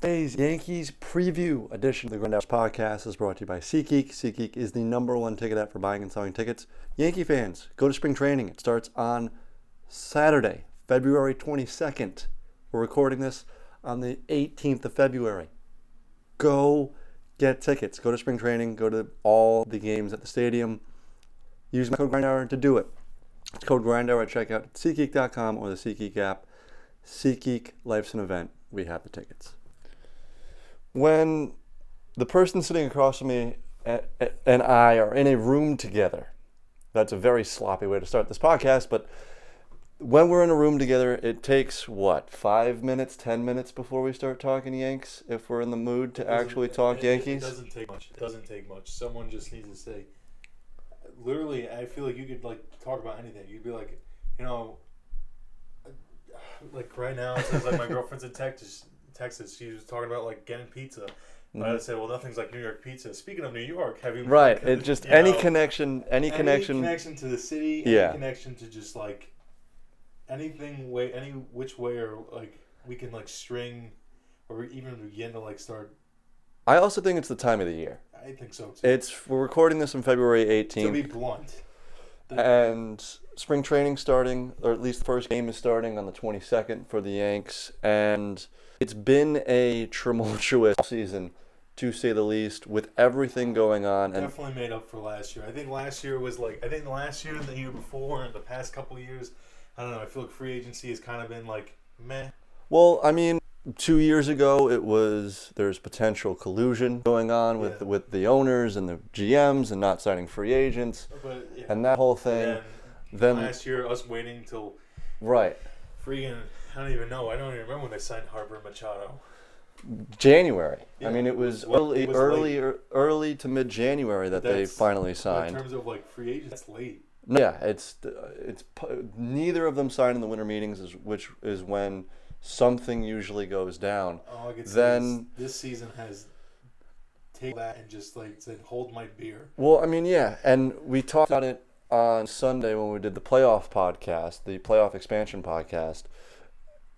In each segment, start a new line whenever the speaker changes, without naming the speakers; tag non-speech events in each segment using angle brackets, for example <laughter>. Today's Yankees preview edition of the Grand Dash podcast is brought to you by SeatGeek. SeatGeek is the number one ticket app for buying and selling tickets. Yankee fans, go to spring training. It starts on Saturday, February 22nd. We're recording this on the 18th of February. Go get tickets. Go to spring training. Go to all the games at the stadium. Use my code GRINDHOUR to do it. It's code GRINDHOUR at checkout at SeatGeek.com or the SeatGeek app. SeatGeek, life's an event. We have the tickets when the person sitting across from me a- a- and I are in a room together, that's a very sloppy way to start this podcast, but when we're in a room together, it takes what, five minutes, ten minutes before we start talking Yanks, if we're in the mood to
doesn't-
actually
it-
talk
it-
Yankees?
It doesn't take much. It doesn't take much. Someone just needs to say. Literally, I feel like you could like talk about anything. You'd be like, you know, like right now, it says
<laughs>
like my girlfriend's in Texas. Texas, she was talking about like getting pizza. But I said, well, nothing's like New York pizza. Speaking of New York, have you
Mm-hmm. right. It just
you
any
know,
connection, any,
any
connection.
connection to the city,
Yeah.
any connection to just like anything way, any which way or like we can like string or even begin to like start.
I also think it's the time of the year.
I think so too.
It's we're recording this on February 18th.
To be blunt,
and spring training starting, or at least the first game is starting on the 22nd for the Yanks. And it's been a tumultuous season, to say the least, with everything going on. And
definitely made up for last year. I think last year was like I think last year and the year before and the past couple of years, I don't know. I feel like free agency has kind of been like meh.
well, I mean, two years ago it was there's potential collusion going on with
Yeah.
with the owners and the GMs and not signing free agents
But yeah.
and that whole thing.
And
then
last year, us waiting till
right,
freaking I don't even know. I don't even remember when they signed Harper Machado.
January. I
Yeah,
mean, it was,
it was-
early,
it was
early, early to mid January that they
That's-
finally
But In
signed.
terms of like free agents, that's late.
No, Yeah, it's it's pu- neither of them sign in the winter meetings, is, which is when something usually goes down.
All I can say
Then-
is this season has taken that and just like said, hold my beer.
Well, I mean, yeah, and we talked about it on Sunday when we did the playoff podcast, the playoff expansion podcast,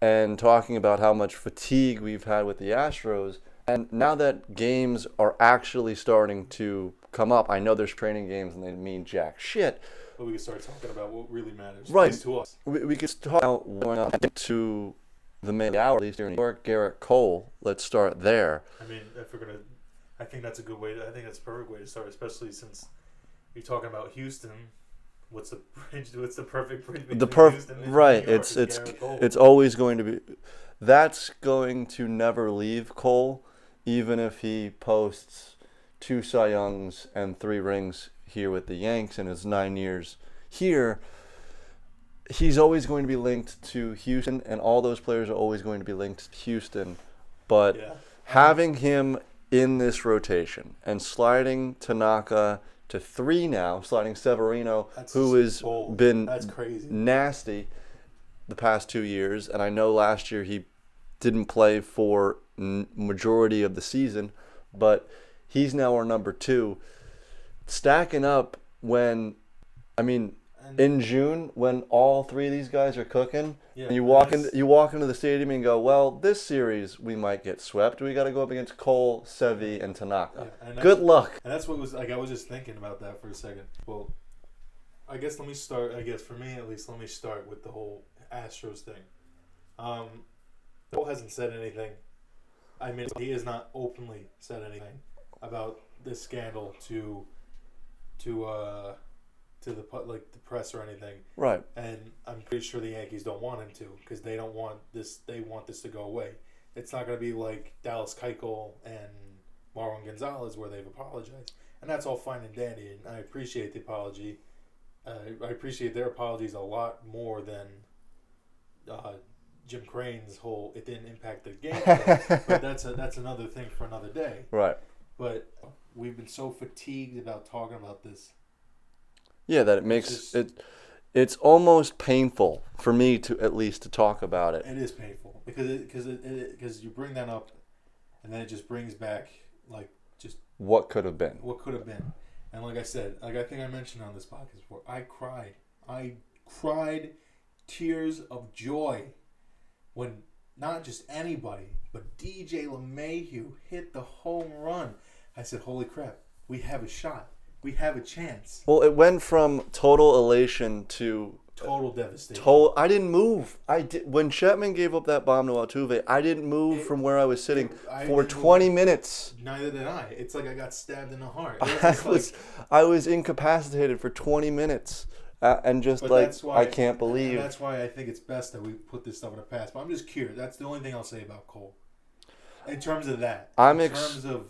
and talking about how much fatigue we've had with the Astros. And now that games are actually starting to come up, I know there's training games and they mean jack shit,
But we can start talking about what really matters.
Right.
At least to us.
we, we could talk about what's going on to the main hour, at least here in New York. Garrett Cole, let's start there.
I mean, if we're gonna, I think that's a good way. To, I think that's a perfect way to start, especially since you're talking about Houston. What's the bridge? What's the perfect bridge?
The
between
perf
Houston and New
right.
York?
It's it's
Garrett Cole.
it's always going to be. That's going to never leave Cole, even if he posts two Cy Youngs and three rings here with the Yanks in his nine years here. He's always going to be linked to Houston, and all those players are always going to be linked to Houston. But
yeah.
having him in this rotation and sliding Tanaka to three now, sliding Severino,
That's
who has
bold.
been
That's crazy.
nasty the past two years, and I know last year he didn't play for n- majority of the season, but he's now our number two, stacking up when, I mean.
And-
In June, when all three of these guys are cooking,
Yeah,
and you walk
and
in, you walk into the stadium and go, "Well, this series we might get swept. We got to go up against Cole, Sevi, and Tanaka.
Yeah, and
Good luck."
And that's what was like. I was just thinking about that for a second. Well, I guess let me start. I guess for me at least, let me start with the whole Astros thing. Um, Cole hasn't said anything. I mean, he has not openly said anything about this scandal to, to uh, to the pu- like the press or anything.
Right. <laughs>
And I'm pretty sure the Yankees don't want him to because they don't want this. They want this to go away. It's not going to be like Dallas Keuchel and Marwin Gonzalez where they've apologized, and that's all fine and dandy. And I appreciate the apology. Uh, I appreciate their apologies a lot more than uh, Jim Crane's whole. It didn't impact the game,
<laughs>
but that's a, that's another thing for another day.
Right.
But we've been so fatigued about talking about this.
Yeah, that it makes
just-
it. It's almost painful for me to at least to talk about it.
It is painful because it because it because you bring that up, and then it just brings back like just
What could have been.
what could have been. And like I said, like I think I mentioned on this podcast before, I cried. I cried tears of joy when not just anybody, but DJ LeMahieu hit the home run. I said, holy crap, we have a shot. We have a chance.
Well, it went from total elation to
Total devastation.
total. I didn't move. I did, when Chapman gave up that bomb to Altuve, I didn't move from where I was sitting
I
for
didn't move.
20 minutes.
Neither did I. It's like I got stabbed in
<laughs>
the heart. It was
I
just like-
was I was incapacitated for 20 minutes, uh, and just
but
like
that's why
I can't believe.
and That's why I think it's best that we put this stuff in the past. But I'm just curious. That's the only thing I'll say about Cole. In terms of that,
I'm
in
ex-
terms of,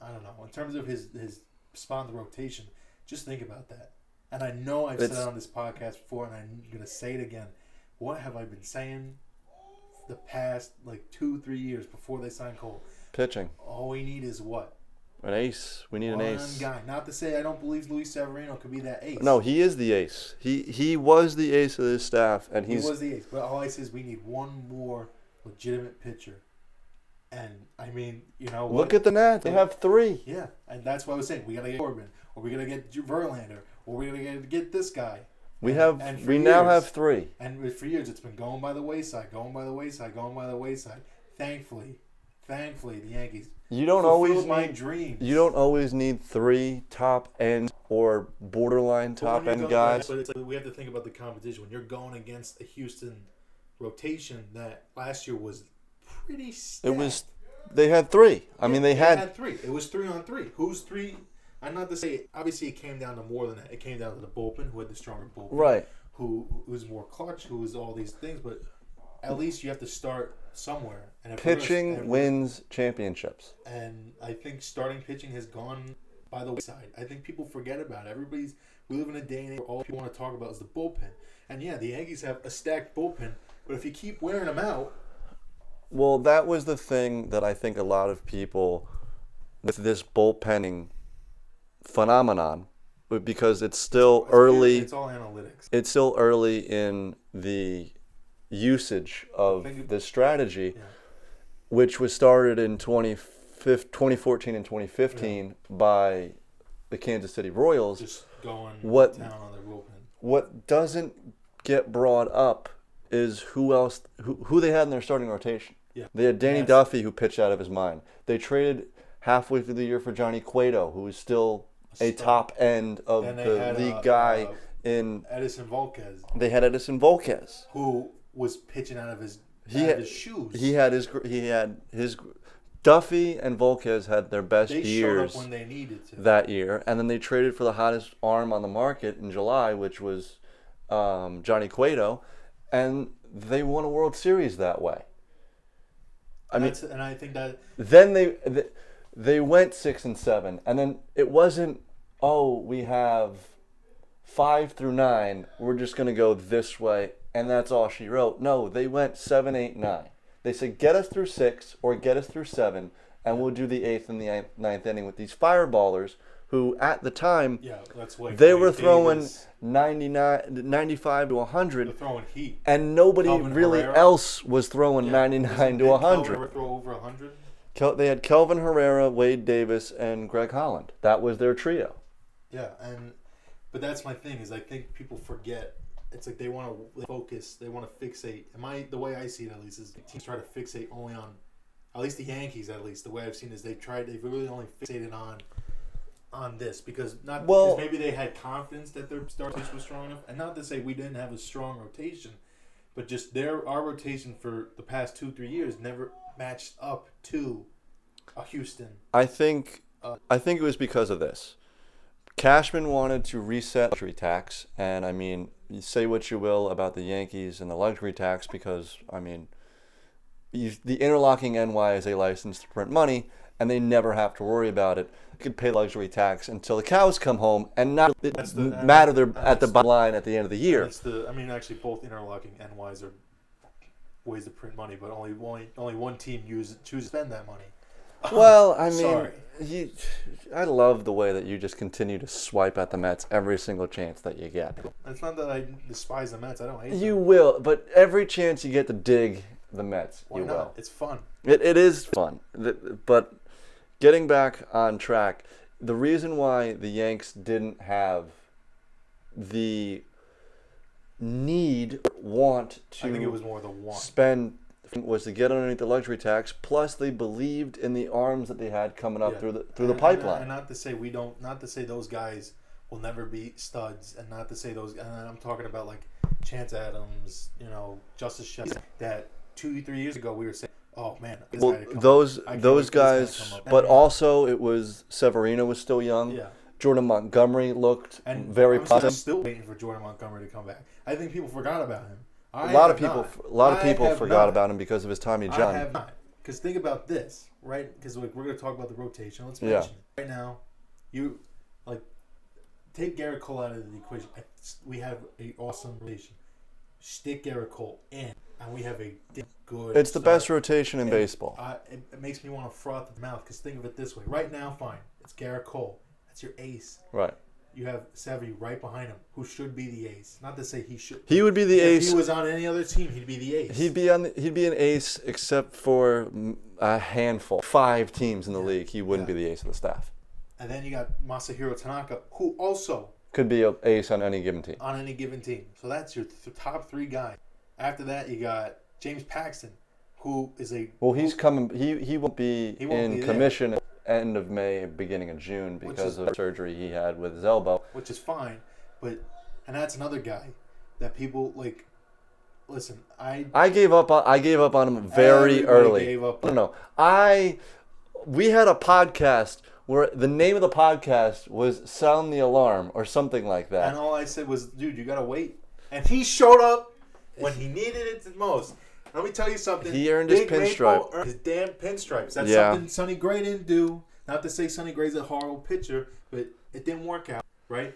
I don't know. In terms of his his spot in the rotation, just think about that. And I know I've said
It's-
it on this podcast before, and I'm gonna say it again. What have I been saying the past like two, three years before they signed Cole?
Pitching,
All we need is what
an ace. We need an
one
ace.
guy. Not to say I don't believe Luis Severino could be that ace.
No, he is the ace. He he was the ace of this staff, and
He
he's
was the ace, but all I say is we need one more legitimate pitcher. And I mean, you know,
look
what?
at the Nats. They have three.
yeah, and that's why I was saying we gotta get Corbin, or we gotta get Ju- Verlander, or we gotta get, get this guy.
We
And-
have
and for
we now
years-
have three.
And with- for years, it's been going by the wayside, going by the wayside, going by the wayside. Thankfully, thankfully, the Yankees
You don't
fulfilled
always
my
need-
dream.
You don't always need three top end or borderline top end guys.
But it's like we have to think about the competition. When you're going against a Houston rotation that last year was pretty.
It
Stacked.
was they had three. I mean they had
three. It was three on three. Who's three? I'm not to say. Obviously, it came down to more than that. It came down to the bullpen, who had the stronger bullpen,
right.
Who who was more clutch? Who was all these things? But at least you have to start somewhere. And if we're gonna-
Pitching
and-
wins championships.
and I think starting pitching has gone by the wayside. I think people forget about it. Everybody's we live in a day and age where all people want to talk about is the bullpen. And yeah, the Yankees have a stacked bullpen, but if you keep wearing them out,
Well, that was the thing that I think a lot of people with this bullpenning phenomenon because it's still early
it's all analytics.
it's still early in the usage of
Think-
the strategy, which was started in 2015 2014 and 2015 by the Kansas City Royals.
Just going
What-
down on their bullpen.
What doesn't get brought up is who else who, who they had in their starting rotation.
Yeah.
They had Danny
Yes.
Duffy who pitched out of his mind. They traded halfway through the year for Johnny Cueto, who is still a top end of
Then they
the
had,
league
uh,
guy
uh,
in
Edison Volquez,
they had Edison Volquez.
who was pitching out of his
He
out
had-
of his shoes.
He had his. gr- He had his. gr- Duffy and Volquez had their best
they
years
showed up when they needed to.
that year, and then they traded for the hottest arm on the market in July, which was um, Johnny Cueto, and they won a World Series that way. I mean,
That's- and I think that
then they th- they went six and seven, and then it wasn't. Oh, we have five through nine. We're just gonna go this way, and that's all she wrote. No, they went seven, eight, nine. They said, get us through six or get us through seven, and we'll do the eighth and the ninth- ninth inning with these fireballers who, at the time,
yeah, that's why
they
Wade
were throwing
Davis-
99, 95 to
they're
100,
throwing heat.
and nobody
Calvin
really
Herrera.
else was throwing
Yeah,
99 to
didn't
100.
Keller throw over 100.
Kel- they had Kelvin Herrera, Wade Davis, and Greg Holland. That was their trio.
Yeah, and but that's my thing is I think people forget. It's like they want to focus. They want to fixate. Am I the way I see it at least is teams try to fixate only on, at least the Yankees at least the way I've seen is they tried they've really only fixated on, on this because not
Well-
because maybe they had confidence that their star pitch was strong enough and not to say we didn't have a strong rotation, but just their our rotation for the past two three years never matched up to, a Houston.
I think,
Uh.
I think it was because of this. Cashman wanted to reset luxury tax, and I mean, you say what you will about the Yankees and the luxury tax, because I mean, you, the interlocking NY is a license to print money, and they never have to worry about it. They could pay luxury tax until the cows come home, and not it
That's the-
matter. They're
that's-
at the bottom line at the end of the year.
It's the I mean actually both interlocking and wise are ways to print money, but only one only one team use choose to spend that money.
Well, I mean,
Sorry.
you, I love the way that you just continue to swipe at the Mets every single chance that you get.
It's not that I despise the Mets. I don't hate
You
them.
will, but every chance you get to dig the Mets,
Why
you
not?
will.
It's fun.
It, it is fun. Th- But getting back on track, the reason why the Yanks didn't have the need, want to
I think it was more the one.
spend was to get underneath the luxury tax. Plus, they believed in the arms that they had coming up
Yeah.
through the through the
And- uh,
pipeline.
And not to say we don't, not to say those guys will never be studs, and not to say those. And I'm talking about like Chance Adams, you know, Justice Shepard. That two, three years ago we were saying, oh man, this
well,
guy to come
those
I can't
those
wait for this guy to
guys,
come up.
but
And-
also it was Severino was still young.
Yeah.
Jordan Montgomery looked
And
very
honestly, I'm
positive.
still waiting for Jordan Montgomery to come back. I think people forgot about him.
A
I
lot of
have
people,
not.
a lot of
I
people
have
forgot
not.
about him because of his Tommy John.
I have not. Because think about this, right? Because like, we're going to talk about the rotation. Let's
Yeah.
mention it. right now. You like take Garrett Cole out of the equation. I- We have an awesome rotation. Stick Garrett Cole in, and we have a damn good.
it's the
start.
best rotation in
And
baseball.
I, it, it makes me want to froth at the mouth. Because think of it this way: right now, fine, it's Garrett Cole. That's your ace.
right.
You have Savvy right behind him, who should be the ace. Not to say he should.
He would be the
if
ace.
he was on any other team, he'd be the ace.
He'd be on. The, he'd be an ace, except for mm, a handful, five teams in the league. He wouldn't be the ace of the staff.
And then you got Masahiro Tanaka, who also
Could be an ace on any given team.
on any given team. So that's your th- top three guys. After that, you got James Paxton, who is a
Well, he's coming. He he won't be
He won't
in
be there.
commission at end of May, beginning of June because
is-
of surgery he had with his elbow.
which is fine, but and that's another guy that people like. Listen, I
I gave up. On, I gave up on him very
Everybody
early.
gave up.
No, no. I we had a podcast where the name of the podcast was "Sound the Alarm" or something like that.
and all I said was, dude, you gotta wait. And he showed up when he needed it the most. Let me tell you something.
He earned his
Maple
pinstripe.
earned his damn pinstripes. That's
Yeah.
something Sonny Gray didn't do. Not to say Sonny Gray's a horrible pitcher, but it didn't work out, right?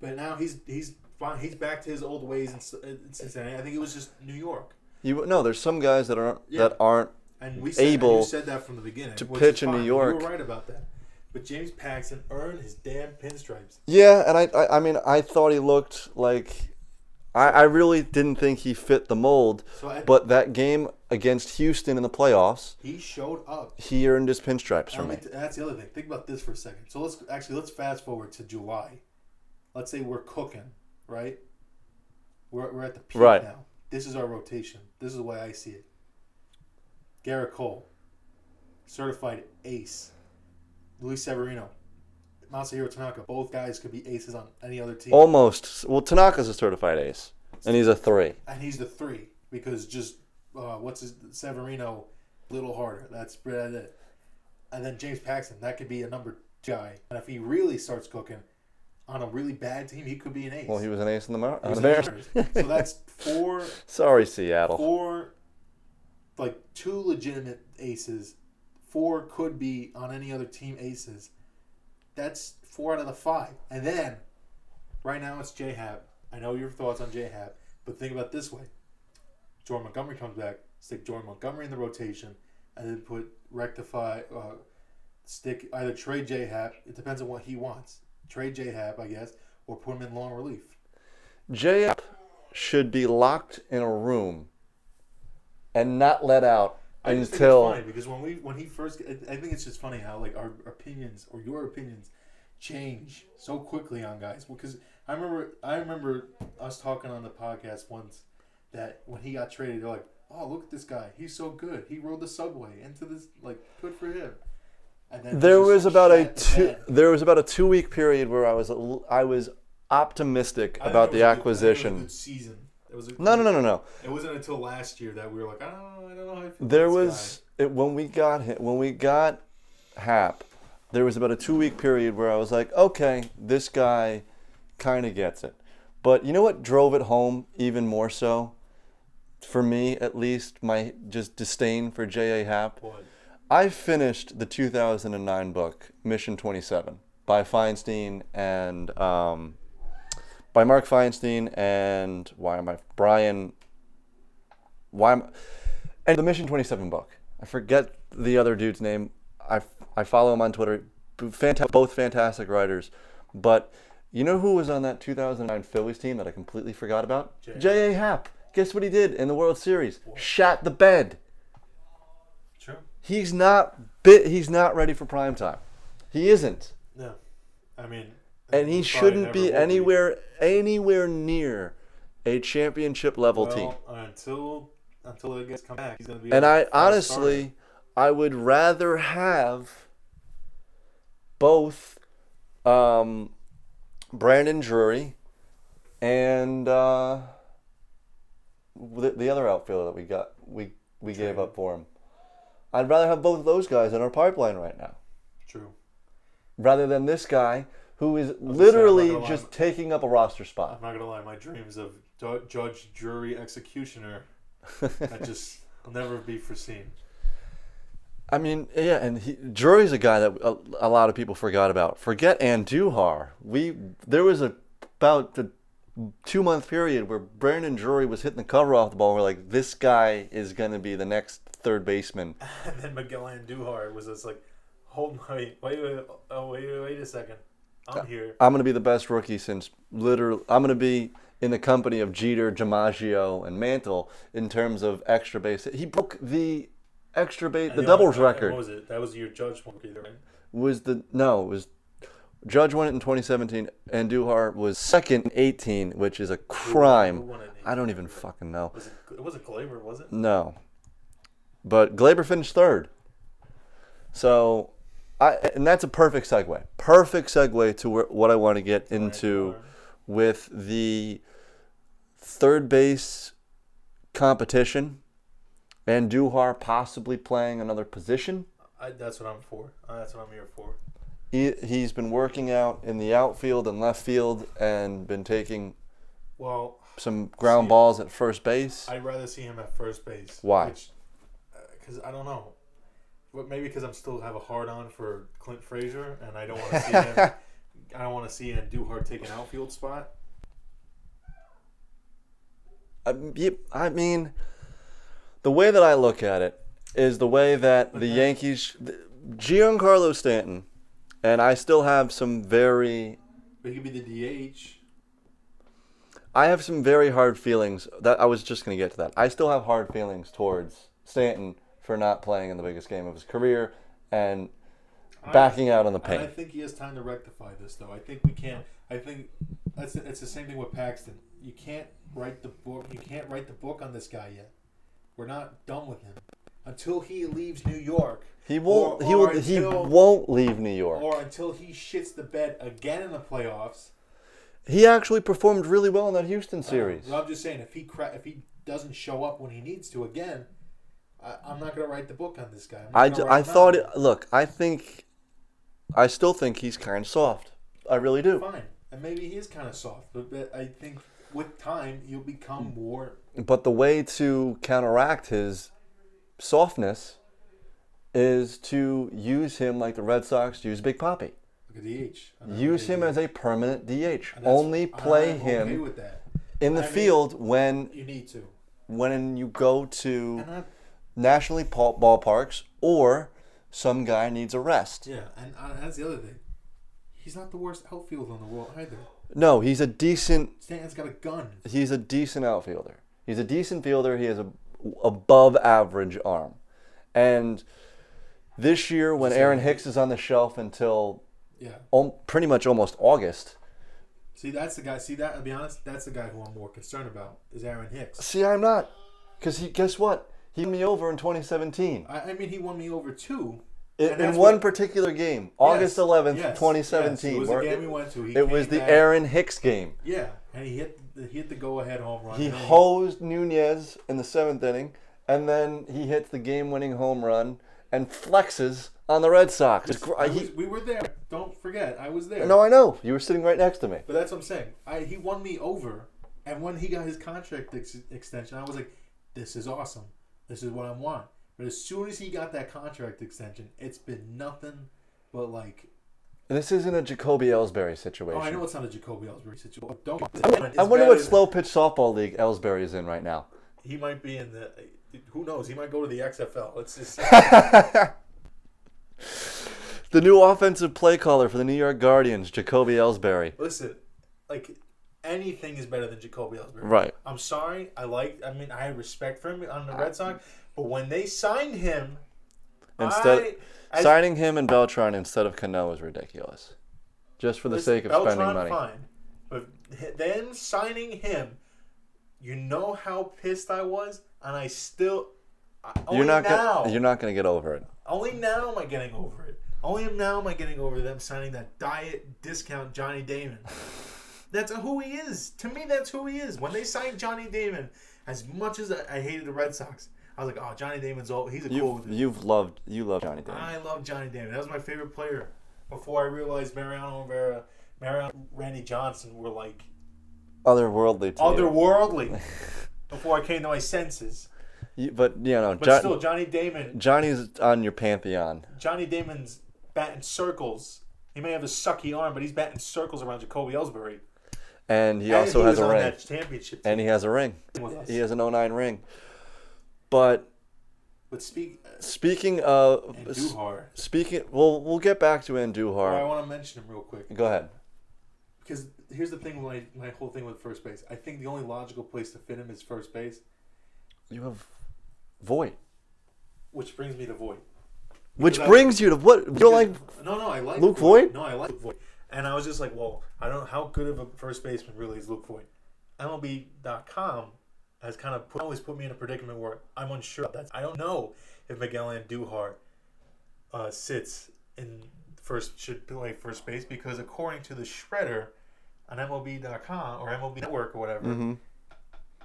But now he's he's fine. He's back to his old ways in, S- in Cincinnati. I think it was just New York.
You no. There's some guys that aren't
Yeah.
that aren't.
And we said,
Able
and you said that from the beginning to
pitch in New York.
You were right about that. But James Paxton earned his damn pinstripes.
Yeah, and I I, I mean I thought he looked like. I, I really didn't think he fit the mold,
So I-
but that game against Houston in the playoffs,
He showed up.
he earned his pinstripes for
And
me.
let me- Um, that's the other thing. Think about this for a second. So let's actually let's fast forward to July. Let's say we're cooking, right? We're, we're at the peak
Right.
now. This is our rotation. This is the way I see it. Garrett Cole, certified ace. Luis Severino, Masahiro Tanaka. Both guys could be aces on any other team,
Almost. Well, Tanaka's a certified ace, and he's a three.
and he's the three because just uh, what's his Severino, little harder. That's that's it. And then James Paxton, that could be a number two guy. And if he really starts cooking on a really bad team, he could be an ace.
Well, he was an ace in the Mar-
He's
on the
an
Mariners.
ace.
<laughs>
so that's four,
Sorry, Seattle.
four, like two legitimate aces. Four could be on any other team aces. That's four out of the five. And then, right now it's J Hab. I know your thoughts on J Hab, but think about it this way: Jordan Montgomery comes back. Stick Jordan Montgomery in the rotation, and then put rectify. Uh, stick either trade J Hab. It depends on what he wants. Trade J Hab, I guess, or put him in long relief.
J should be locked in a room and not let out
I just
until
think it's funny because when we when he first I I think it's just funny how like our opinions or your opinions change so quickly on guys because I remember I remember us talking on the podcast once that when he got traded they're like oh look at this guy he's so good he rode the subway into this like good for him and then
there
he just
was about a
shat the
two,
bed.
there was about a two week period where I was a l- I was optimistic
I
<laughs>
think
about
it was
the
a good- I think it was a
acquisition.
good season it was a,
No, no, no, no, no.
it wasn't until last year that we were like I don't know I don't know how I feel about
There
this
was it, when we got hit, when we got Hap. There was about a two week period where I was like, okay, this guy kind of gets it. But you know what drove it home even more so, for me at least, my just disdain for J.A. Hap.
guy. Boy.
I finished the 2009 book, Mission 27, by Feinstein and um, by Mark Feinstein and why am I Brian? Why am and the Mission 27 book? I forget the other dude's name. I I follow him on Twitter. Fantastic, both fantastic writers, but you know who was on that 2009 Phillies team that I completely forgot about?
J.A.
J.A. Happ. Guess what he did in the World Series? Shat the bed
true
he's not bit he's not ready for prime time he isn't
No, I mean,
and he
probably
shouldn't
never
be
will
anywhere anywhere near a championship level team
Well, until until the guys come back. He's gonna be
And
a
I
fast starter.
honestly, I would rather have both um, Brandon Drury and uh, the, the other outfielder that we got we we gave up for him. I'd rather have both of those guys in our pipeline right now,
true.
rather than this guy who is
say, I'm not
literally
gonna lie,
just taking up a roster spot.
I'm not gonna lie, my dreams of du- judge, jury, executioner,
<laughs>
that just will never be foreseen.
I mean, yeah, and he, Drury's a guy that a, a lot of people forgot about. Forget Andujar. We there was a about the two month period where Brandon Drury was hitting the cover off the ball. And we're like, this guy is going to be the next third baseman.
<laughs> And then Miguel Andujar was just like, hold my wait, wait, wait, oh wait, wait, wait a second, I'm here.
I'm going to be the best rookie since literally. I'm going to be in the company of Jeter, DiMaggio, and Mantle in terms of extra base. He broke the extra base, the
And
doubles
only-
record.
What was it? That was your judge one, either, right?
was the no it was Judge won it in 2017, and Duhar was second in 18, which is a
Who
crime.
won it?
I don't even fucking know.
Was it, it wasn't Glaber, was it?
No, but Glaber finished third. So, I and that's a perfect segue. Perfect segue to where, what I want to get into with the third base competition, and Duhar possibly playing another position.
I, that's what I'm for. Uh, that's what I'm here for.
he, he's been working out in the outfield and left field and been taking
Well,
some ground
See-
balls at first base.
I'd rather see him at first base.
Why?
Because I don't know. But maybe because I'm still have a hard on for Clint Frazier, and I don't want to see him.
<laughs>
I don't want to see him do hard take an outfield spot.
I, you- I mean, the way that I look at it is the way that the Yankees, the, Giancarlo Stanton, and I still have some very,
But he could be the DH.
I have some very hard feelings. That I was just going to get to that. I still have hard feelings towards Stanton for not playing in the biggest game of his career and backing out on the
And I
paint.
think he has time to rectify this, though. I think we can't. I think that's it's the same thing with Paxton. You can't write the book. You can't write the book on this guy yet. We're not done with him until he leaves New York.
He won't.
or-
he
or
will. He
until-
won't leave New York.
or until he shits the bed again in the playoffs.
He actually performed really well in that Houston series.
Uh, Well, I'm just saying, if he cra- if he doesn't show up when he needs to again, I, I'm not gonna write the book on this guy. I'm not
I,
gonna
ju-
write
I
him
thought it.
out.
Look, I think, I still think he's kind of soft. I really do.
fine, and maybe he is kind of soft, but, but I think with time he'll
Hmm.
become more.
But the way to counteract his softness is to use him like the Red Sox use Big Poppy.
Look at DH. I'm not
Use
gonna
him
do
as a permanent DH.
that. That's-
Only play
I'm
him
Okay with that.
in the
I mean-
field when
You need to.
when you go to.
And I,
nationally pa- ballparks or some guy needs a rest.
yeah, and uh, that's the other thing. He's not the worst outfielder in the world either.
No, he's a decent
Stanton's got a gun.
he's a decent outfielder. He's a decent fielder. He has a above average arm. And this year when Aaron Hicks is on the shelf until
Yeah.
om- pretty much almost August.
See, that's the guy. See that? I'll be honest. That's the guy who I'm more concerned about is Aaron Hicks.
See, I'm not cuz he guess what? He won me over in 2017
I, I mean, he won me over too.
in,
And
in
that's
one
what-
particular game, August 11th,
yes, yes,
2017.
it was the
where
game we went to. He
it was
came
the
back-
Aaron Hicks game.
Yeah, and he hit the, he hit the go ahead home run.
He
and then
hosed Nunez in the seventh inning, and then he hits the game-winning home run and flexes on the Red Sox. It's gr-
I
he-
was- we were there. Don't forget, I was there.
no, I know you were sitting right next to me.
but that's what I'm saying. I, he won me over, and when he got his contract ex- extension, I was like, "This is awesome. This is what I want." But as soon as he got that contract extension, it's been nothing but like.
This isn't a Jacoby Ellsbury situation.
Oh, I know it's not a Jacoby Ellsbury situation. Oh, Don't.
I wonder what slow pitch softball league Ellsbury is in right now. <laughs>
He might be in the. Who knows? He might go to the XFL.
<laughs>
Let's just.
The new offensive play caller for the New York Guardians, Jacoby Ellsbury.
Listen, like anything is better than Jacoby Ellsbury.
Right. Uh,
I'm sorry. I like. I mean, I had respect for him on the Red Sox, but when they signed him,
Instead,
I- as-
signing him and Beltran instead of Cano is ridiculous. Just for the sake of
Beltran,
spending money.
Fine, but h- them signing him, you know how pissed I was. and I still. I, only
You're not
now,
gonna you're not gonna get over it.
only now am I getting over it. Only now am I getting over them signing that diet discount Johnny Damon. That's who he is. To me, that's who he is. When they signed Johnny Damon, as much as I, I hated the Red Sox, I was like, "Oh, Johnny Damon's old. He's a cool."
You've,
dude."
you've loved you love Johnny Damon.
I love Johnny Damon. That was my favorite player before I realized Mariano Rivera, Mariano Randy Johnson were like
Otherworldly to you.
otherworldly. before I came to my senses,
you. But you know,
but
Jo-
still, Johnny Damon,
Johnny's on your pantheon.
Johnny Damon's batting circles. He may have a sucky arm, but he's batting circles around Jacoby Ellsbury.
And he
And
also has
was
a
on
ring.
that championship team
And he has a ring.
with us.
He has an 09 ring. But
But speak
speaking of
and Duhar.
speaking well we'll get back to
I
Andujar.
want to mention him real quick
Go ahead.
because here's the thing. with My, my whole thing with first base. I think the only logical place to fit him is first base,
You have Voight.
which brings me to Voight.
Which
Because I-
brings you to what you're like
no, no, I like
Luke Voigt?
No, I like Luke Voigt. And I was just like, well, I don't know how good of a first baseman really is Luke Voigt. MLB.com has kind of put, always put me in a predicament where I'm unsure about that. I don't know if Miguel Andujar uh, sits in first should play first base because according to the shredder on MLB.com or MLB Network or whatever,
Mm-hmm.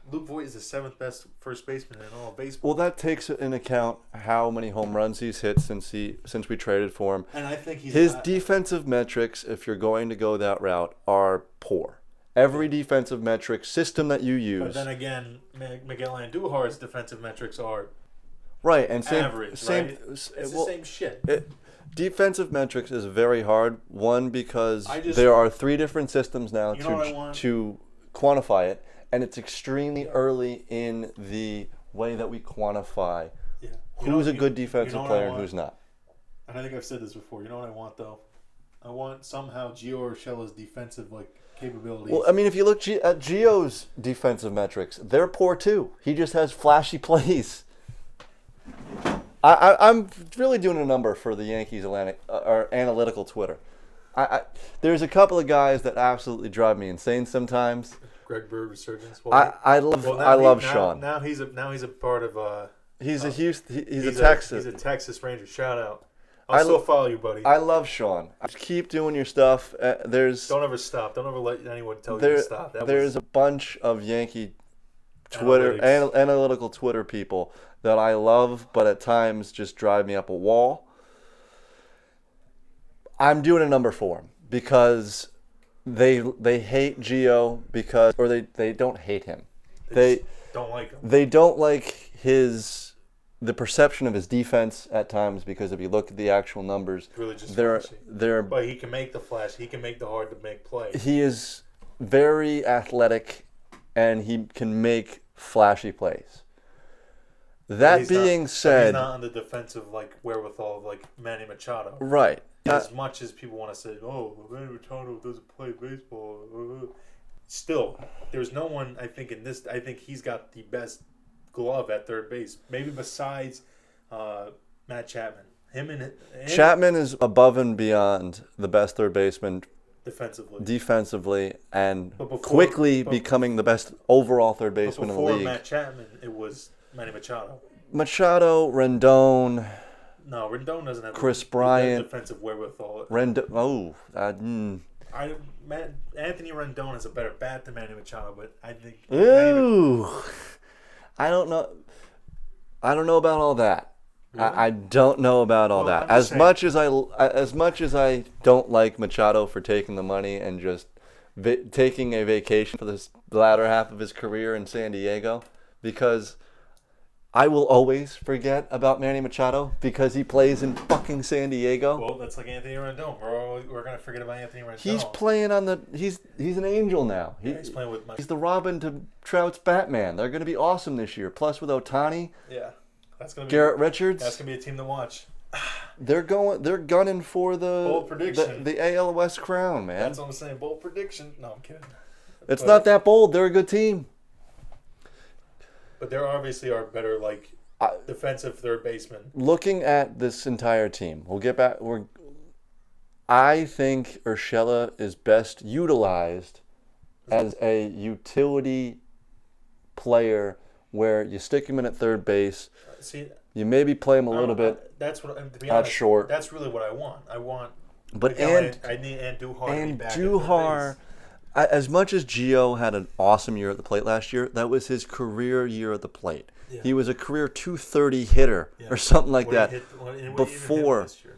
Luke Voigt is the seventh best first baseman in all of baseball.
well that takes in account how many home runs he's hit since he since we traded for him.
And I think he's
His
not-
defensive metrics, if you're going to go that route, are poor. Every defensive metric system that you
But
use,
then again, Mi- Miguel Andujar's defensive metrics are
right? And same,
average,
same,
right? It's
s-
the
well,
same shit.
it- defensive metrics is very hard. One because
I just-
there are three different systems now
know what I
to
want?
to quantify it, and it's extremely early in the way that we quantify
Yeah.
who's a good defensive
you know what I
player and
want?
who's not.
And I think I've said this before. You know what I want though? I want somehow Gio Urshela's defensive like capabilities.
Well, I mean, if you look G- at Geo's defensive metrics, they're poor too. He just has flashy <laughs> plays. I, I, I'm really doing a number for the Yankees Atlantic uh, or analytical Twitter. I, I, there's a couple of guys that absolutely drive me insane sometimes.
Greg Bird resurgence. Well,
uh, I, I love
well, now
I
he-
love
now-
Sean.
Now he's a now he's a part of uh
he's a Houston. he- he's,
he's
a Texas.
He's a Texas Ranger. Shout out.
I
I'll still
lo-
follow you, buddy.
I love Sean. Just keep doing your stuff. Uh, there's
Don't ever stop. Don't ever let anyone tell you
there,
to stop. That
there's
was
a bunch of Yankee Twitter
Analytics.
anal- analytical Twitter people that I love, but at times just drive me up a wall. I'm doing a number for them because they they hate Geo because or they they don't hate him. They
don't like him.
they don't like his the perception of his defense at times because if you look at the actual numbers,
Really just
they're
flashy.
they're
But he can make the flash. He can make the hard to make play.
he is very athletic and he can make flashy plays. That
He's not-
being
but
said,
he's not on the defensive like wherewithal of like Manny Machado.
right. Uh,
as much as people want to say, "Oh, Manny Machado doesn't play baseball," uh, uh," still, there's no one. I think in this, I think he's got the best glove at third base, maybe besides uh, Matt Chapman. Him and him
Chapman is above and beyond the best third baseman
defensively.
defensively and
before-
quickly
but-
becoming the best overall third
But
baseman in the
before
league.
Matt Chapman, it was Manny Machado.
Machado, Rendon,
No, Rendon doesn't have
Chris
the- the
Bryant.
defensive wherewithal.
Rendon. Oh, uh, mm.
I Matt, Anthony Rendon is a better bat than Manny Machado, but I think Manny-
Ooh, I don't know. I don't know about all that. I, I don't know about all
Well,
that.
I'm just
As
saying-
much as I, as much as I don't like Machado for taking the money and just va- taking a vacation for this latter half of his career in San Diego, because I will always forget about Manny Machado because he plays in fucking San Diego.
Well, that's like Anthony Rendon. We're always, we're gonna forget about Anthony Rendon.
he's playing on the. He's he's an angel now. He-
he's playing with my
He's the Robin to Trout's Batman. They're going to be awesome this year. Plus, with Otani,
yeah. That's gonna be
Garrett
that's
Richards,
gonna be a team to watch.
they're going. They're gunning for the
Bold
the,
prediction.
the AL West crown, man.
That's what I'm saying. Bold prediction. No, I'm kidding.
It's
but-
not that bold. They're a good team.
But there obviously are better like
I-
defensive third baseman.
Looking at this entire team, we'll get back. We're. I think Urshela is best utilized as a utility player where you stick him in at third base.
See,
You maybe play him a
I
little
don't-
bit
That's what. and To be
out
honest,
short.
That's really what I want. I want.
But
Miguel
and-
I need and Duhar. to be
And
back at the
Duhar,
base.
a- as much as Gio had an awesome year at the plate last year, that was his career year at the plate.
Yeah.
He was a career 230 hitter
Yeah.
or something like
What he
that,
hit- what- and what he even hit
before
last year.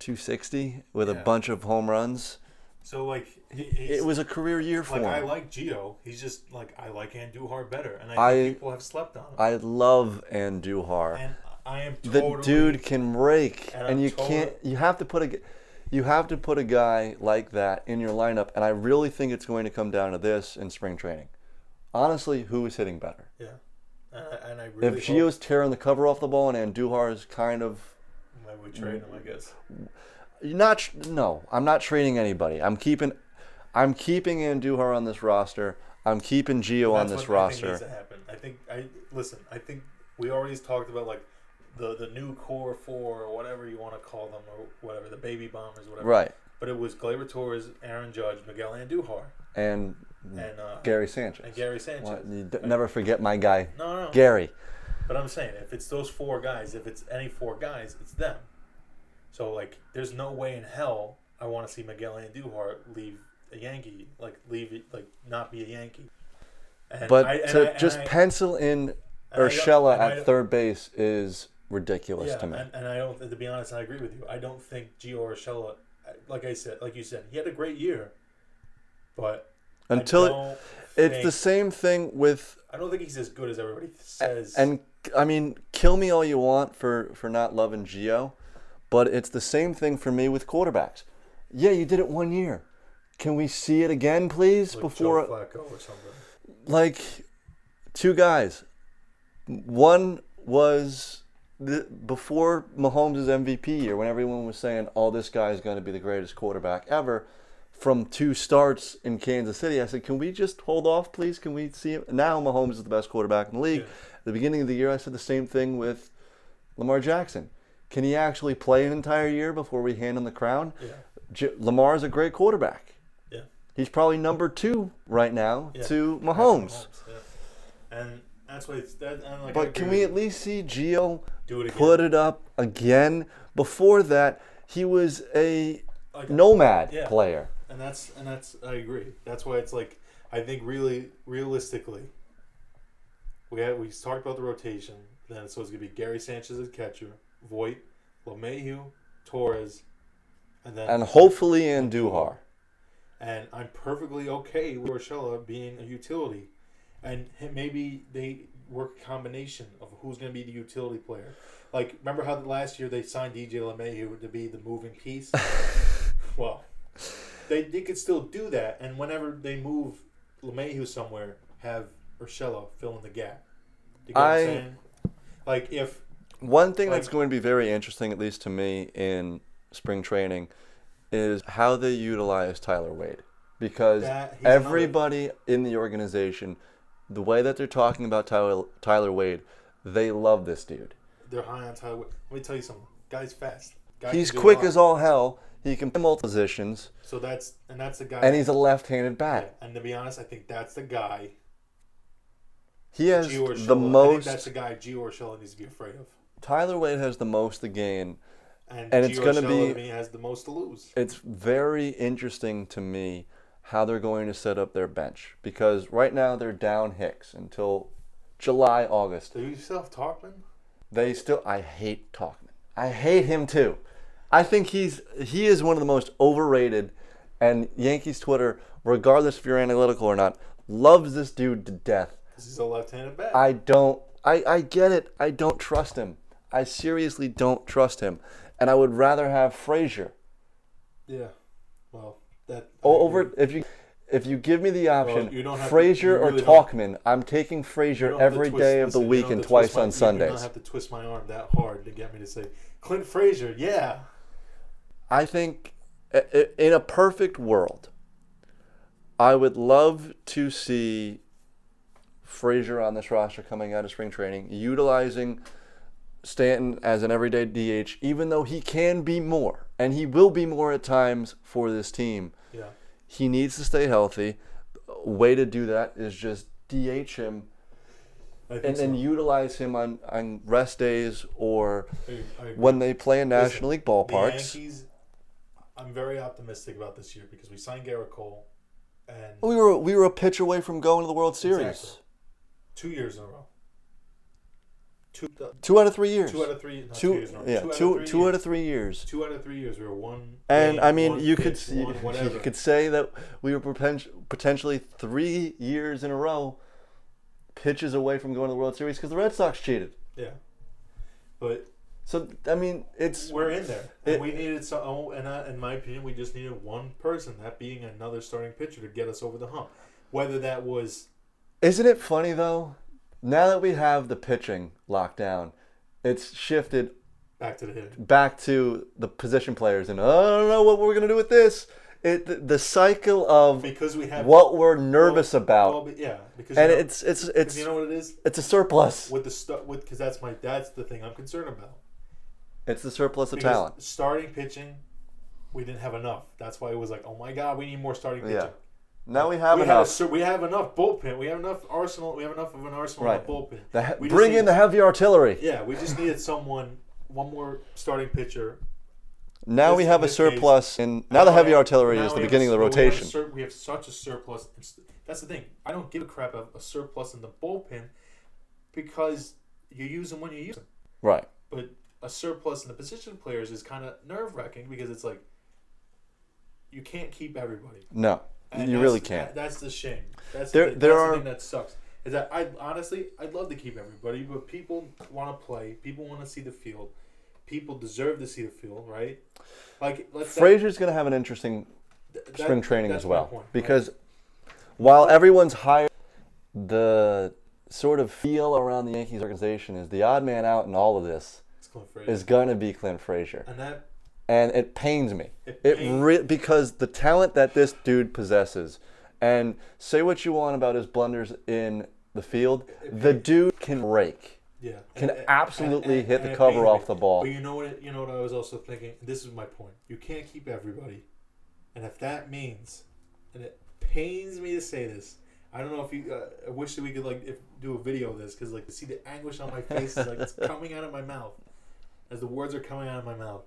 260 with a
Yeah.
bunch of home runs.
So like he- he's,
It was a career year for
like I
him.
like Gio. He's just like I like Andujar better, and I,
I-
think people have slept on him.
I love and Duhar.
and I am
the
totally
dude can rake
And
and,
I'm
you
totally-
can't you have to put a g- you have to put a guy like that in your lineup and i really think it's going to come down to this in spring training honestly who is hitting better
Yeah, and I, and I really
if
hope
Gio's tearing the cover off the ball and Andujar is kind of
I would trade him. I guess.
you're not tr- no i'm not trading anybody i'm keeping i'm keeping Andujar on this roster i'm keeping Gio on
That's
this
what I think
roster
needs to happen. I think I listen. I think we already talked about like the the new core four or whatever you want to call them or whatever the baby bombers whatever.
right
But it was Glaber Torres, Aaron Judge, Miguel Andujar,
and
and uh,
gary sanchez
and Gary Sanchez.
Why- you d- never forget my guy
No, no.
gary
But I'm saying if it's those four guys, if it's any four guys, it's them. So like, there's no way in hell I want to see Miguel Andujar leave a Yankee, like leave it, like not be a Yankee. And
But
I- and I-
to
and
just
I-
pencil in
and I don't-
Urshela
and I
at
don't-
third base is ridiculous to me.
And, and I don't, to be honest, I agree with you. I don't think Gio Urshela, like I said, like you said, he had a great year, but I
Until it,
don't
it's
think-
the same thing with
I don't think he's as good as everybody says.
and I mean, kill me all you want for for not loving Gio, but it's the same thing for me with quarterbacks. Yeah, you did it one year. Can we see it again, please?
like
before
Joe Flacco or something,
like two guys. One was the, before Mahomes' MVP year, when everyone was saying, "Oh, this guy is going to be the greatest quarterback ever." From two starts in Kansas City, I said, "Can we just hold off, please? Can we see him?" Now Mahomes is the best quarterback in the league.
Yeah.
At the beginning of the year, I said the same thing with Lamar Jackson. Can he actually play an entire year before we hand him the crown?
yeah,
J- Lamar is a great quarterback.
yeah.
He's probably number two right now
Yeah.
to Mahomes.
yeah. And that's why it's that. And like I
But can
agree
we
with
at least see Gio
Do it again.
put it up again? Before that, he was a
you. Like,
nomad
Yeah.
player.
and that's and that's I agree. That's why it's like I think really realistically, we had we talked about the rotation. Then so it's gonna be Gary Sanchez as catcher, Voit, Lomayhu, Torres, and then
And hopefully Andujar.
and I'm perfectly okay with Urshela being a utility, and hi- maybe they work a combination of who's going to be the utility player. Like, remember how last year they signed DJ LeMahieu to be the moving piece?
<laughs>
well, they they could still do that, and whenever they move LeMahieu somewhere, have Urshela fill in the gap. You get what
I-
I'm saying? Like if
One thing
Like-
that's going to be very interesting, at least to me, in spring training is how they utilize Tyler Wade. Because
That- he's another-
everybody in the organization, the way that they're talking about Tyler, Tyler Wade, they love this dude.
they're high on Tyler, Wa- let me tell you something. Guy's fast. Guy
He's
can do a
quick
lot.
as all hell. He can play multiple positions,
so that's and that's the guy.
and he's a left-handed bat.
and to be honest, I think that's the guy
He has
Gio Urshela.
the
I think that's
most.
the guy Gio Urshela needs to be afraid of.
Tyler Wade has the most to gain.
And,
And
Gio
it's gonna
Urshela, to
be-
me, has the most to lose.
It's very interesting to me how they're going to set up their bench because right now they're down Hicks until July, August.
Do you yourself Talkman?
They still. I hate Talkman. I hate him too. I think he's he is one of the most overrated, and Yankees Twitter, regardless if you're analytical or not, loves this dude to death.
This is a left-handed bat.
I don't. I, I get it. I don't trust him. I seriously don't trust him, and I would rather have Frazier
yeah. Well, that I
O- over
agree.
if you if you give me the option
you don't have to-
Frazier
you really
or
don't-
Talkman. I'm taking
You
Frazier
don't have to
every
twist-
day of the
listen, you
week
don't have
and
to twist
twice
my-
on
You do not
Sundays.
have to twist my arm that hard to get me to say Clint Frazier. Yeah.
I think i- i- in a perfect world, I would love to see Frazier on this roster coming out of spring training, utilizing Stanton as an everyday DH, even though he can be more, and he will be more at times for this team.
Yeah.
He needs to stay healthy. A way to do that is just DH him
I think
and then utilize him on, on rest days or
so. I- I agree.
when they play in
Listen,
National League
The
ballparks.
Yankees, I'm very optimistic about this year because we signed Garrett Cole, and
we were we were a pitch away from going to the World Series.
Exactly. two years in a row. Two,
Two out of three years.
two out of three. Not two,
Two-
years in a row.
yeah,
two, out,
two
of three
two out of three years.
two out of three years. We were one.
And
game,
I mean,
one
you
pitch,
could see,
one
you
whatever.
could say that we were poten- potentially three years in a row pitches away from going to the World Series because the Red Sox cheated.
yeah, but
So I mean, it's
we're in there. And
It-
we needed some. Oh, and I, in my opinion, we just needed one person, that being another starting pitcher, to get us over the hump. Whether that was
isn't it funny though? Now that we have the pitching locked down, it's shifted
back to the hitting.
back to the position players, and "Oh, I don't know what we're gonna do with this. It the, the cycle of
Because we have
what we're nervous about,
Well, but yeah, because
and
you know,
it's it's
'cause
it's
you know what it is
it's a surplus.
with the stuff with because that's my that's the thing I'm concerned about.
It's the surplus of
Because
talent.
starting pitching, we didn't have enough. That's why it was like, oh my god, we need more starting pitching.
Yeah. Now we have
We have, a,
enough.
cer- we have enough bullpen. We have enough arsenal. We have enough of an arsenal
Right.
of bullpen.
The he-
We just
bring
need-
in the heavy artillery.
<laughs> Yeah, we just needed someone, one more starting pitcher.
Now we
This-
have a
this case-
surplus, and now the heavy
Now
artillery
we
is the
have-
beginning of the
but we have
rotation.
sur- We have, such a surplus. It's- That's the thing. I don't give a crap about a surplus in the bullpen because you use them when you use them.
Right.
But a surplus in the position players is kind of nerve wracking because it's like you can't keep everybody.
No,
And
you
that's-
really can't.
that- that's the shame. That's
There-
the, that's
there
the
are-
thing that sucks. Is that I honestly I'd love to keep everybody, but people want to play. People want to see the field. People deserve to see the field, right? Like let's say-
Frazier's going to have an interesting
th- that-
spring training
that's
as
my
well
point, right?
because while everyone's higher, the sort of feel around the Yankees organization is the odd man out in all of this
It's Clint Frazier.
is going to be Clint Frazier,
and that
and it pains me.
It
It
pains-
re- because the talent that this dude possesses, and say what you want about his blunders in the field, the dude can rake.
yeah
Can
And- and-
absolutely hit the
it
cover
pains
off
me.
the ball.
But you know what? it- You know what I was also thinking. This is my point. You can't keep everybody, and if that means, and it pains me to say this. I don't know if you. Uh, I wish that we could like if, do a video of this because like to see the anguish on my face is like it's coming out of my mouth, as the words are coming out of my mouth.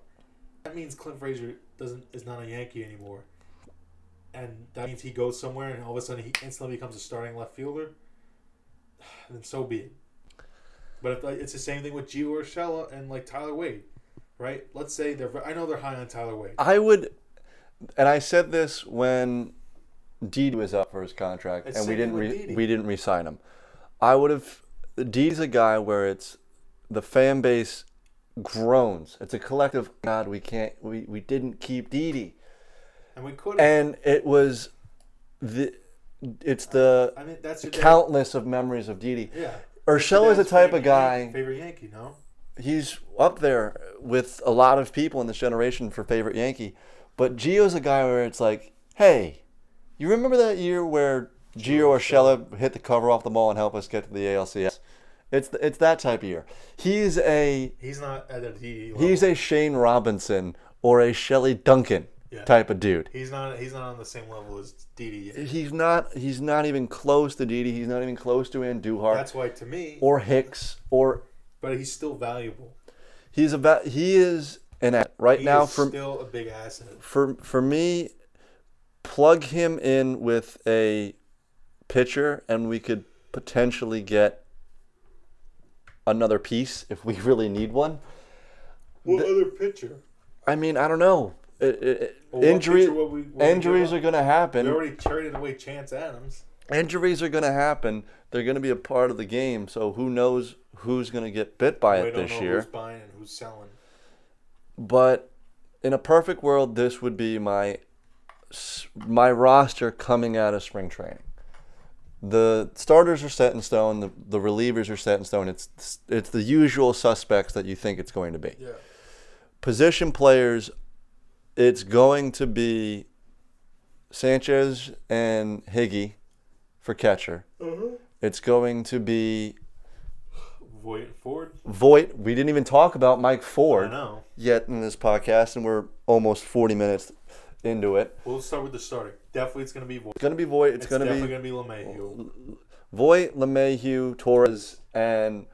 That means Clint Frazier doesn't is not a Yankee anymore, and that means he goes somewhere and all of a sudden he instantly becomes a starting left fielder. <sighs> Then so be it. But if, like, it's the same thing with Gio Urshela and like Tyler Wade, right? Let's say they're. I know they're high on Tyler Wade.
I would, and I said this when Didi was up for his contract,
It's
and we
same
didn't
with
re-
Didi.
we didn't re-sign him. I would have. Didi's a guy where it's the fan base groans. It's a collective. God, we can't. We we didn't keep Didi,
And we could. have
and it was the. It's the
I mean, that's your dad.
countless of memories of Didi.
Yeah.
Urshela is the
Dad's
type of
favorite Yan-
guy.
Favorite Yankee, no?
he's up there with a lot of people in this generation for favorite Yankee. But Gio's a guy where it's like, hey, you remember that year where Gio Urshela hit the cover off the ball and helped us get to the ALCS? It's it's that type of year. He's a
He's not at a DD level.
he's a Shane Robinson or a Shelly Duncan
Yeah.
type of dude.
He's not. He's not on the same level as E. DD. yet.
He's not he's not even close to Didi. He's not even close to Andujar
That's why, to me,
or Hicks or
but he's still valuable.
he's about he is an a- right
He
now
is
for
still a big asset.
for for me, plug him in with a pitcher, and we could potentially get another piece if we <laughs> really need one.
What other pitcher?
I mean, I don't know. It, it- it-
Well, what
injury
pitcher would we- would we give
injuries
up?
are going to happen.
We already traded away Chance Adams.
injuries are going to happen. They're going to be a part of the game. So who knows who's going to get bit by
We
it
don't
this
know
year?
who's buying and who's selling.
but in a perfect world, this would be my s- my roster coming out of spring training. The starters are set in stone. The, the relievers are set in stone. It's it's the usual suspects that you think it's going to be.
Yeah.
Position players, it's going to be Sanchez and Higgy for catcher.
Uh-huh.
It's going to be
Voight and Ford.
Voight. We didn't even talk about Mike
I
Ford
know.
yet in this podcast, and we're almost 40 minutes into it.
We'll start with the starting. Definitely, it's going to be Voight.
It's gonna be Voight. It's,
It's
gonna
definitely
be
gonna be LeMahieu.
Voight, Lemayhew, Torres, and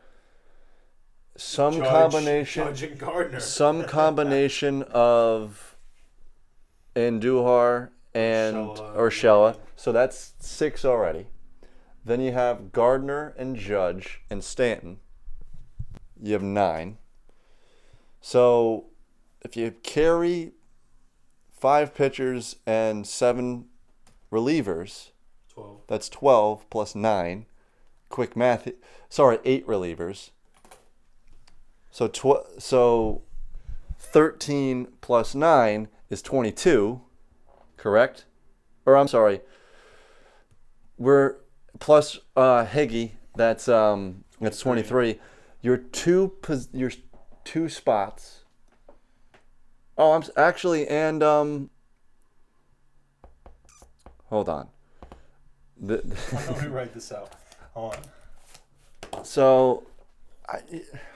some
Judge-
combination
Judge and Gardner.
some combination of Andujar and
Urshela.
or Shella. So that's six already. Then you have Gardner and Judge and Stanton. You have nine. So if you carry five pitchers and seven relievers,
Twelve.
that's 12 plus 9. Quick math. Sorry, 8 relievers. So tw- so 13 plus 9 is 22, correct? Or I'm sorry. We're plus uh Higgy, that's um that's 23. Your two pos- your two spots. Oh, I'm s- actually and um Hold on. The,
Let me write this out. Hold on.
So, I,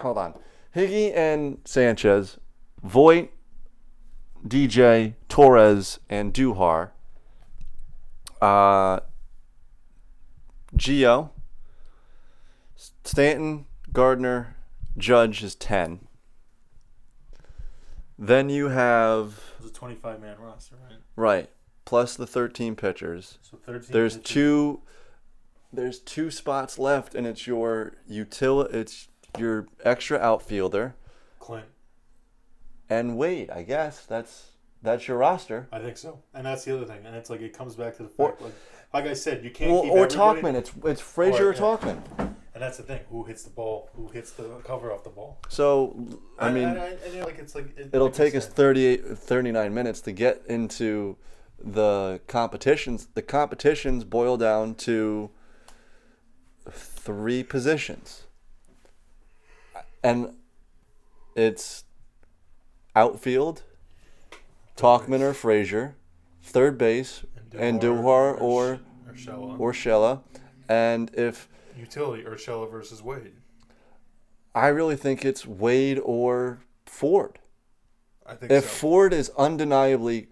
hold on. Higgy and Sanchez, Voit, DJ, Torres, and Duhar. Uh, Geo, Stanton, Gardner, Judge is 10. Then you have,
It was a 25 man roster, right?
right, plus the 13 pitchers.
So 13.
There's
pitches.
two. There's two spots left, and it's your util. It's your extra outfielder
Clint.
and Wade. I guess that's that's your roster.
I think so. And that's the other thing. And it's like it comes back to the fact,
Or-
like, like I said, you can't
Or,
keep
or
everybody-
Talkman. It's it's Frazier or,
yeah.
Talkman.
And that's the thing. Who hits the ball? Who hits the cover off the ball?
So I mean,
and, and, and, like it's like it,
it'll
like I
take us
said,
38, 39 minutes to get into the competitions. The competitions boil down to three positions, and it's outfield, Talkman or Frazier, third base, and Duhar or
Urshela.
or Shella, and if
utility Urshela versus Wade.
I really think it's Wade or Ford.
I think
If
so.
Ford is undeniably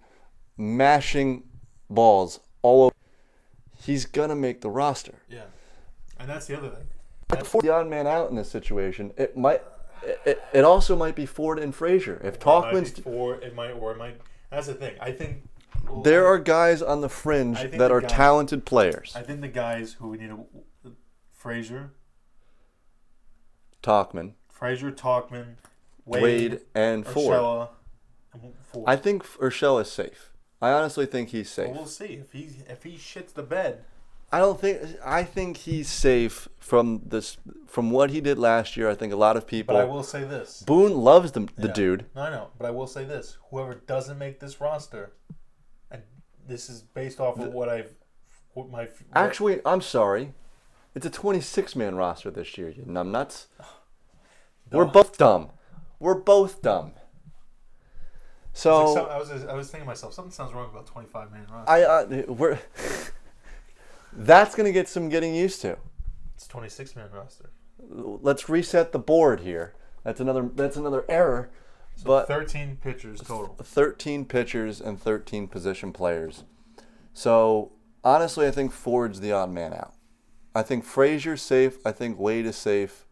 mashing balls all over, he's gonna make the roster.
Yeah. And that's the other thing.
If Ford's the odd man out in this situation, it might. It, it- it also might be Ford and Frazier. If Talkman's,
it might be four, it might or it might. That's the thing. I think
there are guys on the fringe
I think
that
the
are
guy-
talented players.
I think the guys who we need to Frazier,
Talkman,
Frazier, Talkman,
Wade,
Wade,
and Ford.
Urshela, and Ford.
I think Urshela is safe. I honestly think he's safe.
Well, we'll see if he if he shits the bed.
I don't think. I think he's safe from this. From what he did last year, I think a lot of
But
people.
I will say this.
Boone loves the, the
Yeah.
dude.
No, I know, but I will say this: whoever doesn't make this roster, and this is based off of what I've, what my what-
Actually, I'm sorry. It's a 26 man roster this year, you
<sighs>
numbnuts. We're both dumb. We're both dumb.
It's
So
like some- I was I was thinking to myself something sounds wrong about twenty five man roster.
I uh, we're <laughs> that's gonna get some getting used to.
it's twenty six man roster.
Let's reset the board here. That's another that's another error. but
Thirteen pitchers total.
13 pitchers and 13 position players. So honestly, I think Ford's the odd man out. I think Frazier's safe. I think Wade is safe.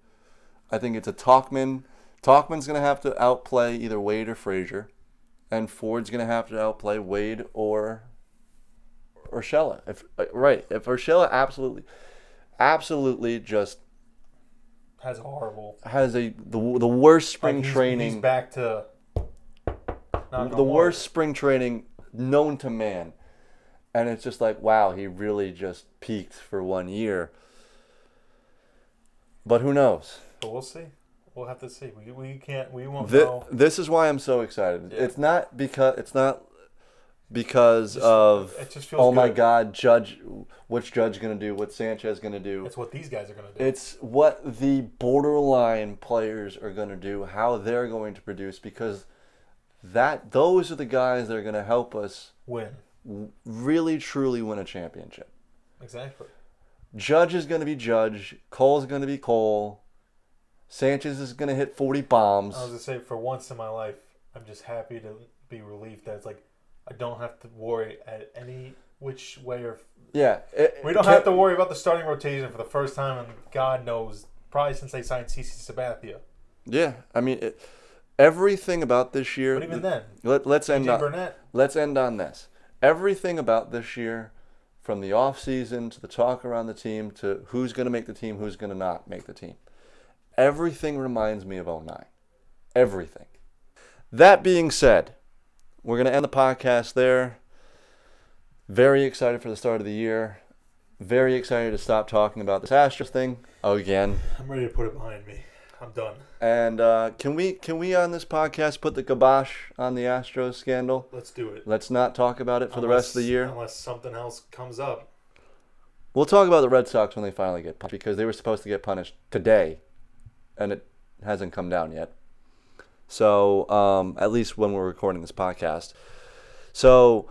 I think it's a Talkman. Talkman's going to have to outplay either Wade or Frazier. And Ford's going to have to outplay Wade or Urshela. If uh, right, if Urshela absolutely, absolutely just
Has a horrible
has a the, the worst
like,
spring
he's-
training.
He's back to knock
the
on wood.
worst spring training known to man. And it's just like, wow, he really just peaked for one year. But who knows?
But we'll see. We'll have to see. We, we can't. We won't
Thi-
know.
This is why I'm so excited.
Yeah.
It's not because it's not because of
it just feels
oh my
good.
god, judge what's judge going to do? What's Sanchez going to do?
It's what these guys are gonna do.
It's what the borderline players are going to do, how they're going to produce because that those are the guys that are going to help us
Win.
really truly win a championship.
Exactly.
Judge is going to be Judge. Cole's going to be Cole. Sanchez is going to hit 40 bombs.
I was gonna say, for once in my life, I'm just happy to be relieved that it's like I don't have to worry at any which way or
yeah. it-
we don't
Ke-
have to worry about the starting rotation for the first time in God knows probably since they signed CC Sabathia.
Yeah, I mean, it, everything about this year.
But even then,
let, let's end
Jay
on
Burnett.
let's end on this. Everything about this year, from the off season to the talk around the team to who's going to make the team, who's going to not make the team, everything reminds me of 09. Everything. That being said, we're going to end the podcast there. Very excited for the start of the year. Very excited to stop talking about this Astros thing again.
I'm ready to put it behind me. I'm done.
And uh, can we can we on this podcast put the kibosh on the Astros scandal?
Let's do it.
Let's not talk about it for the rest of the
Unless-
year.
Unless something else comes up.
We'll talk about the Red Sox when they finally get punished because they were supposed to get punished today, and it hasn't come down yet. So um, at least when we're recording this podcast, so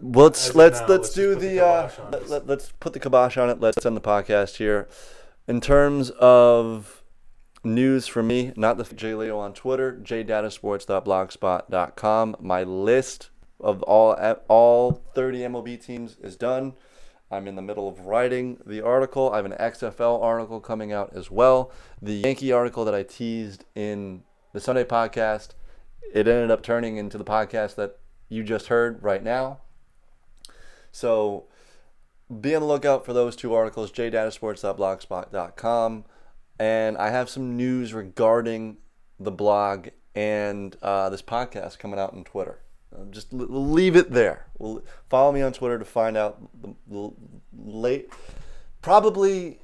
let's
As of
let's
now,
let's,
let's
do
just put the
the uh,
kibosh on
let,
this.
let, let's put the kibosh on it. Let's end the podcast here. In terms of news for me, not the J Leo on Twitter, jdatasports.blogspot.com. My list of all all 30 MLB teams is done. I'm in the middle of writing the article. I have an XFL article coming out as well. The Yankee article that I teased in the Sunday podcast, it ended up turning into the podcast that you just heard right now. So be on the lookout for those two articles, jdatasports.blogspot.com. And I have some news regarding the blog and uh, this podcast coming out on Twitter. Uh, Just l- leave it there. Well, follow me on Twitter to find out the, the late, probably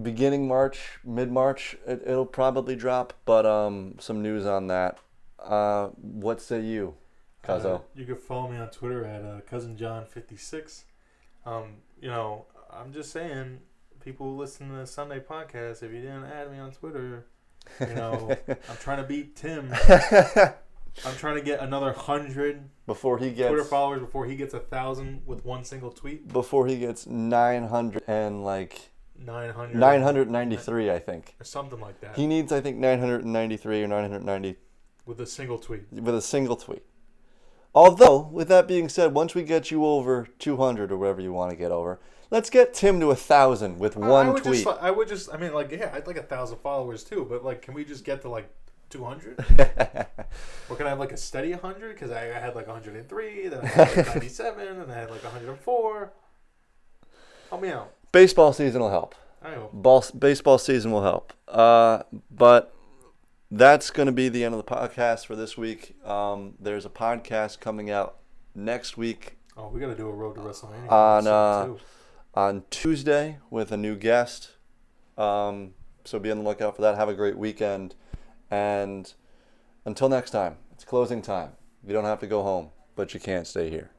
beginning March, mid March. It, it'll probably drop, but um, some news on that. Uh, what say you, Kazo?
Uh, you can follow me on Twitter at uh, cousin John fifty six. Um, you know, I'm just saying, people who listen to the Sunday podcast, if you didn't add me on Twitter, you <laughs> know, I'm trying to beat <laughs> Tim. I'm trying to get another hundred
Before he gets
Twitter followers before he gets a thousand with one single tweet.
before he gets 900 and like
Nine hundred.
993 i think
or something like that
he needs i think 993 or 990
with a single tweet.
with a single tweet although with that being said once we get you over 200 or wherever you want to get over let's get tim to a thousand with
Oh, I-
one
I would
tweet
Just, li- I would just. I mean, like, yeah, I'd like a thousand followers too, but like, can we just get to like two
<laughs>
hundred? or can I have like a steady hundred? Because I, I had like one hundred and three, then I
<laughs>
had like ninety-seven, and I had like one hundred and four. Help me out.
baseball season will help
I hope.
Ball, baseball season will help. Uh, but that's going to be the end of the podcast for this week. Um, there's a podcast coming out next week
Oh, we got to do a road to WrestleMania.
On,
episode,
uh,
too.
on Tuesday with a new guest. Um, so be on the lookout for that. Have a great weekend. And until next time, it's closing time. You don't have to go home, but you can't stay here.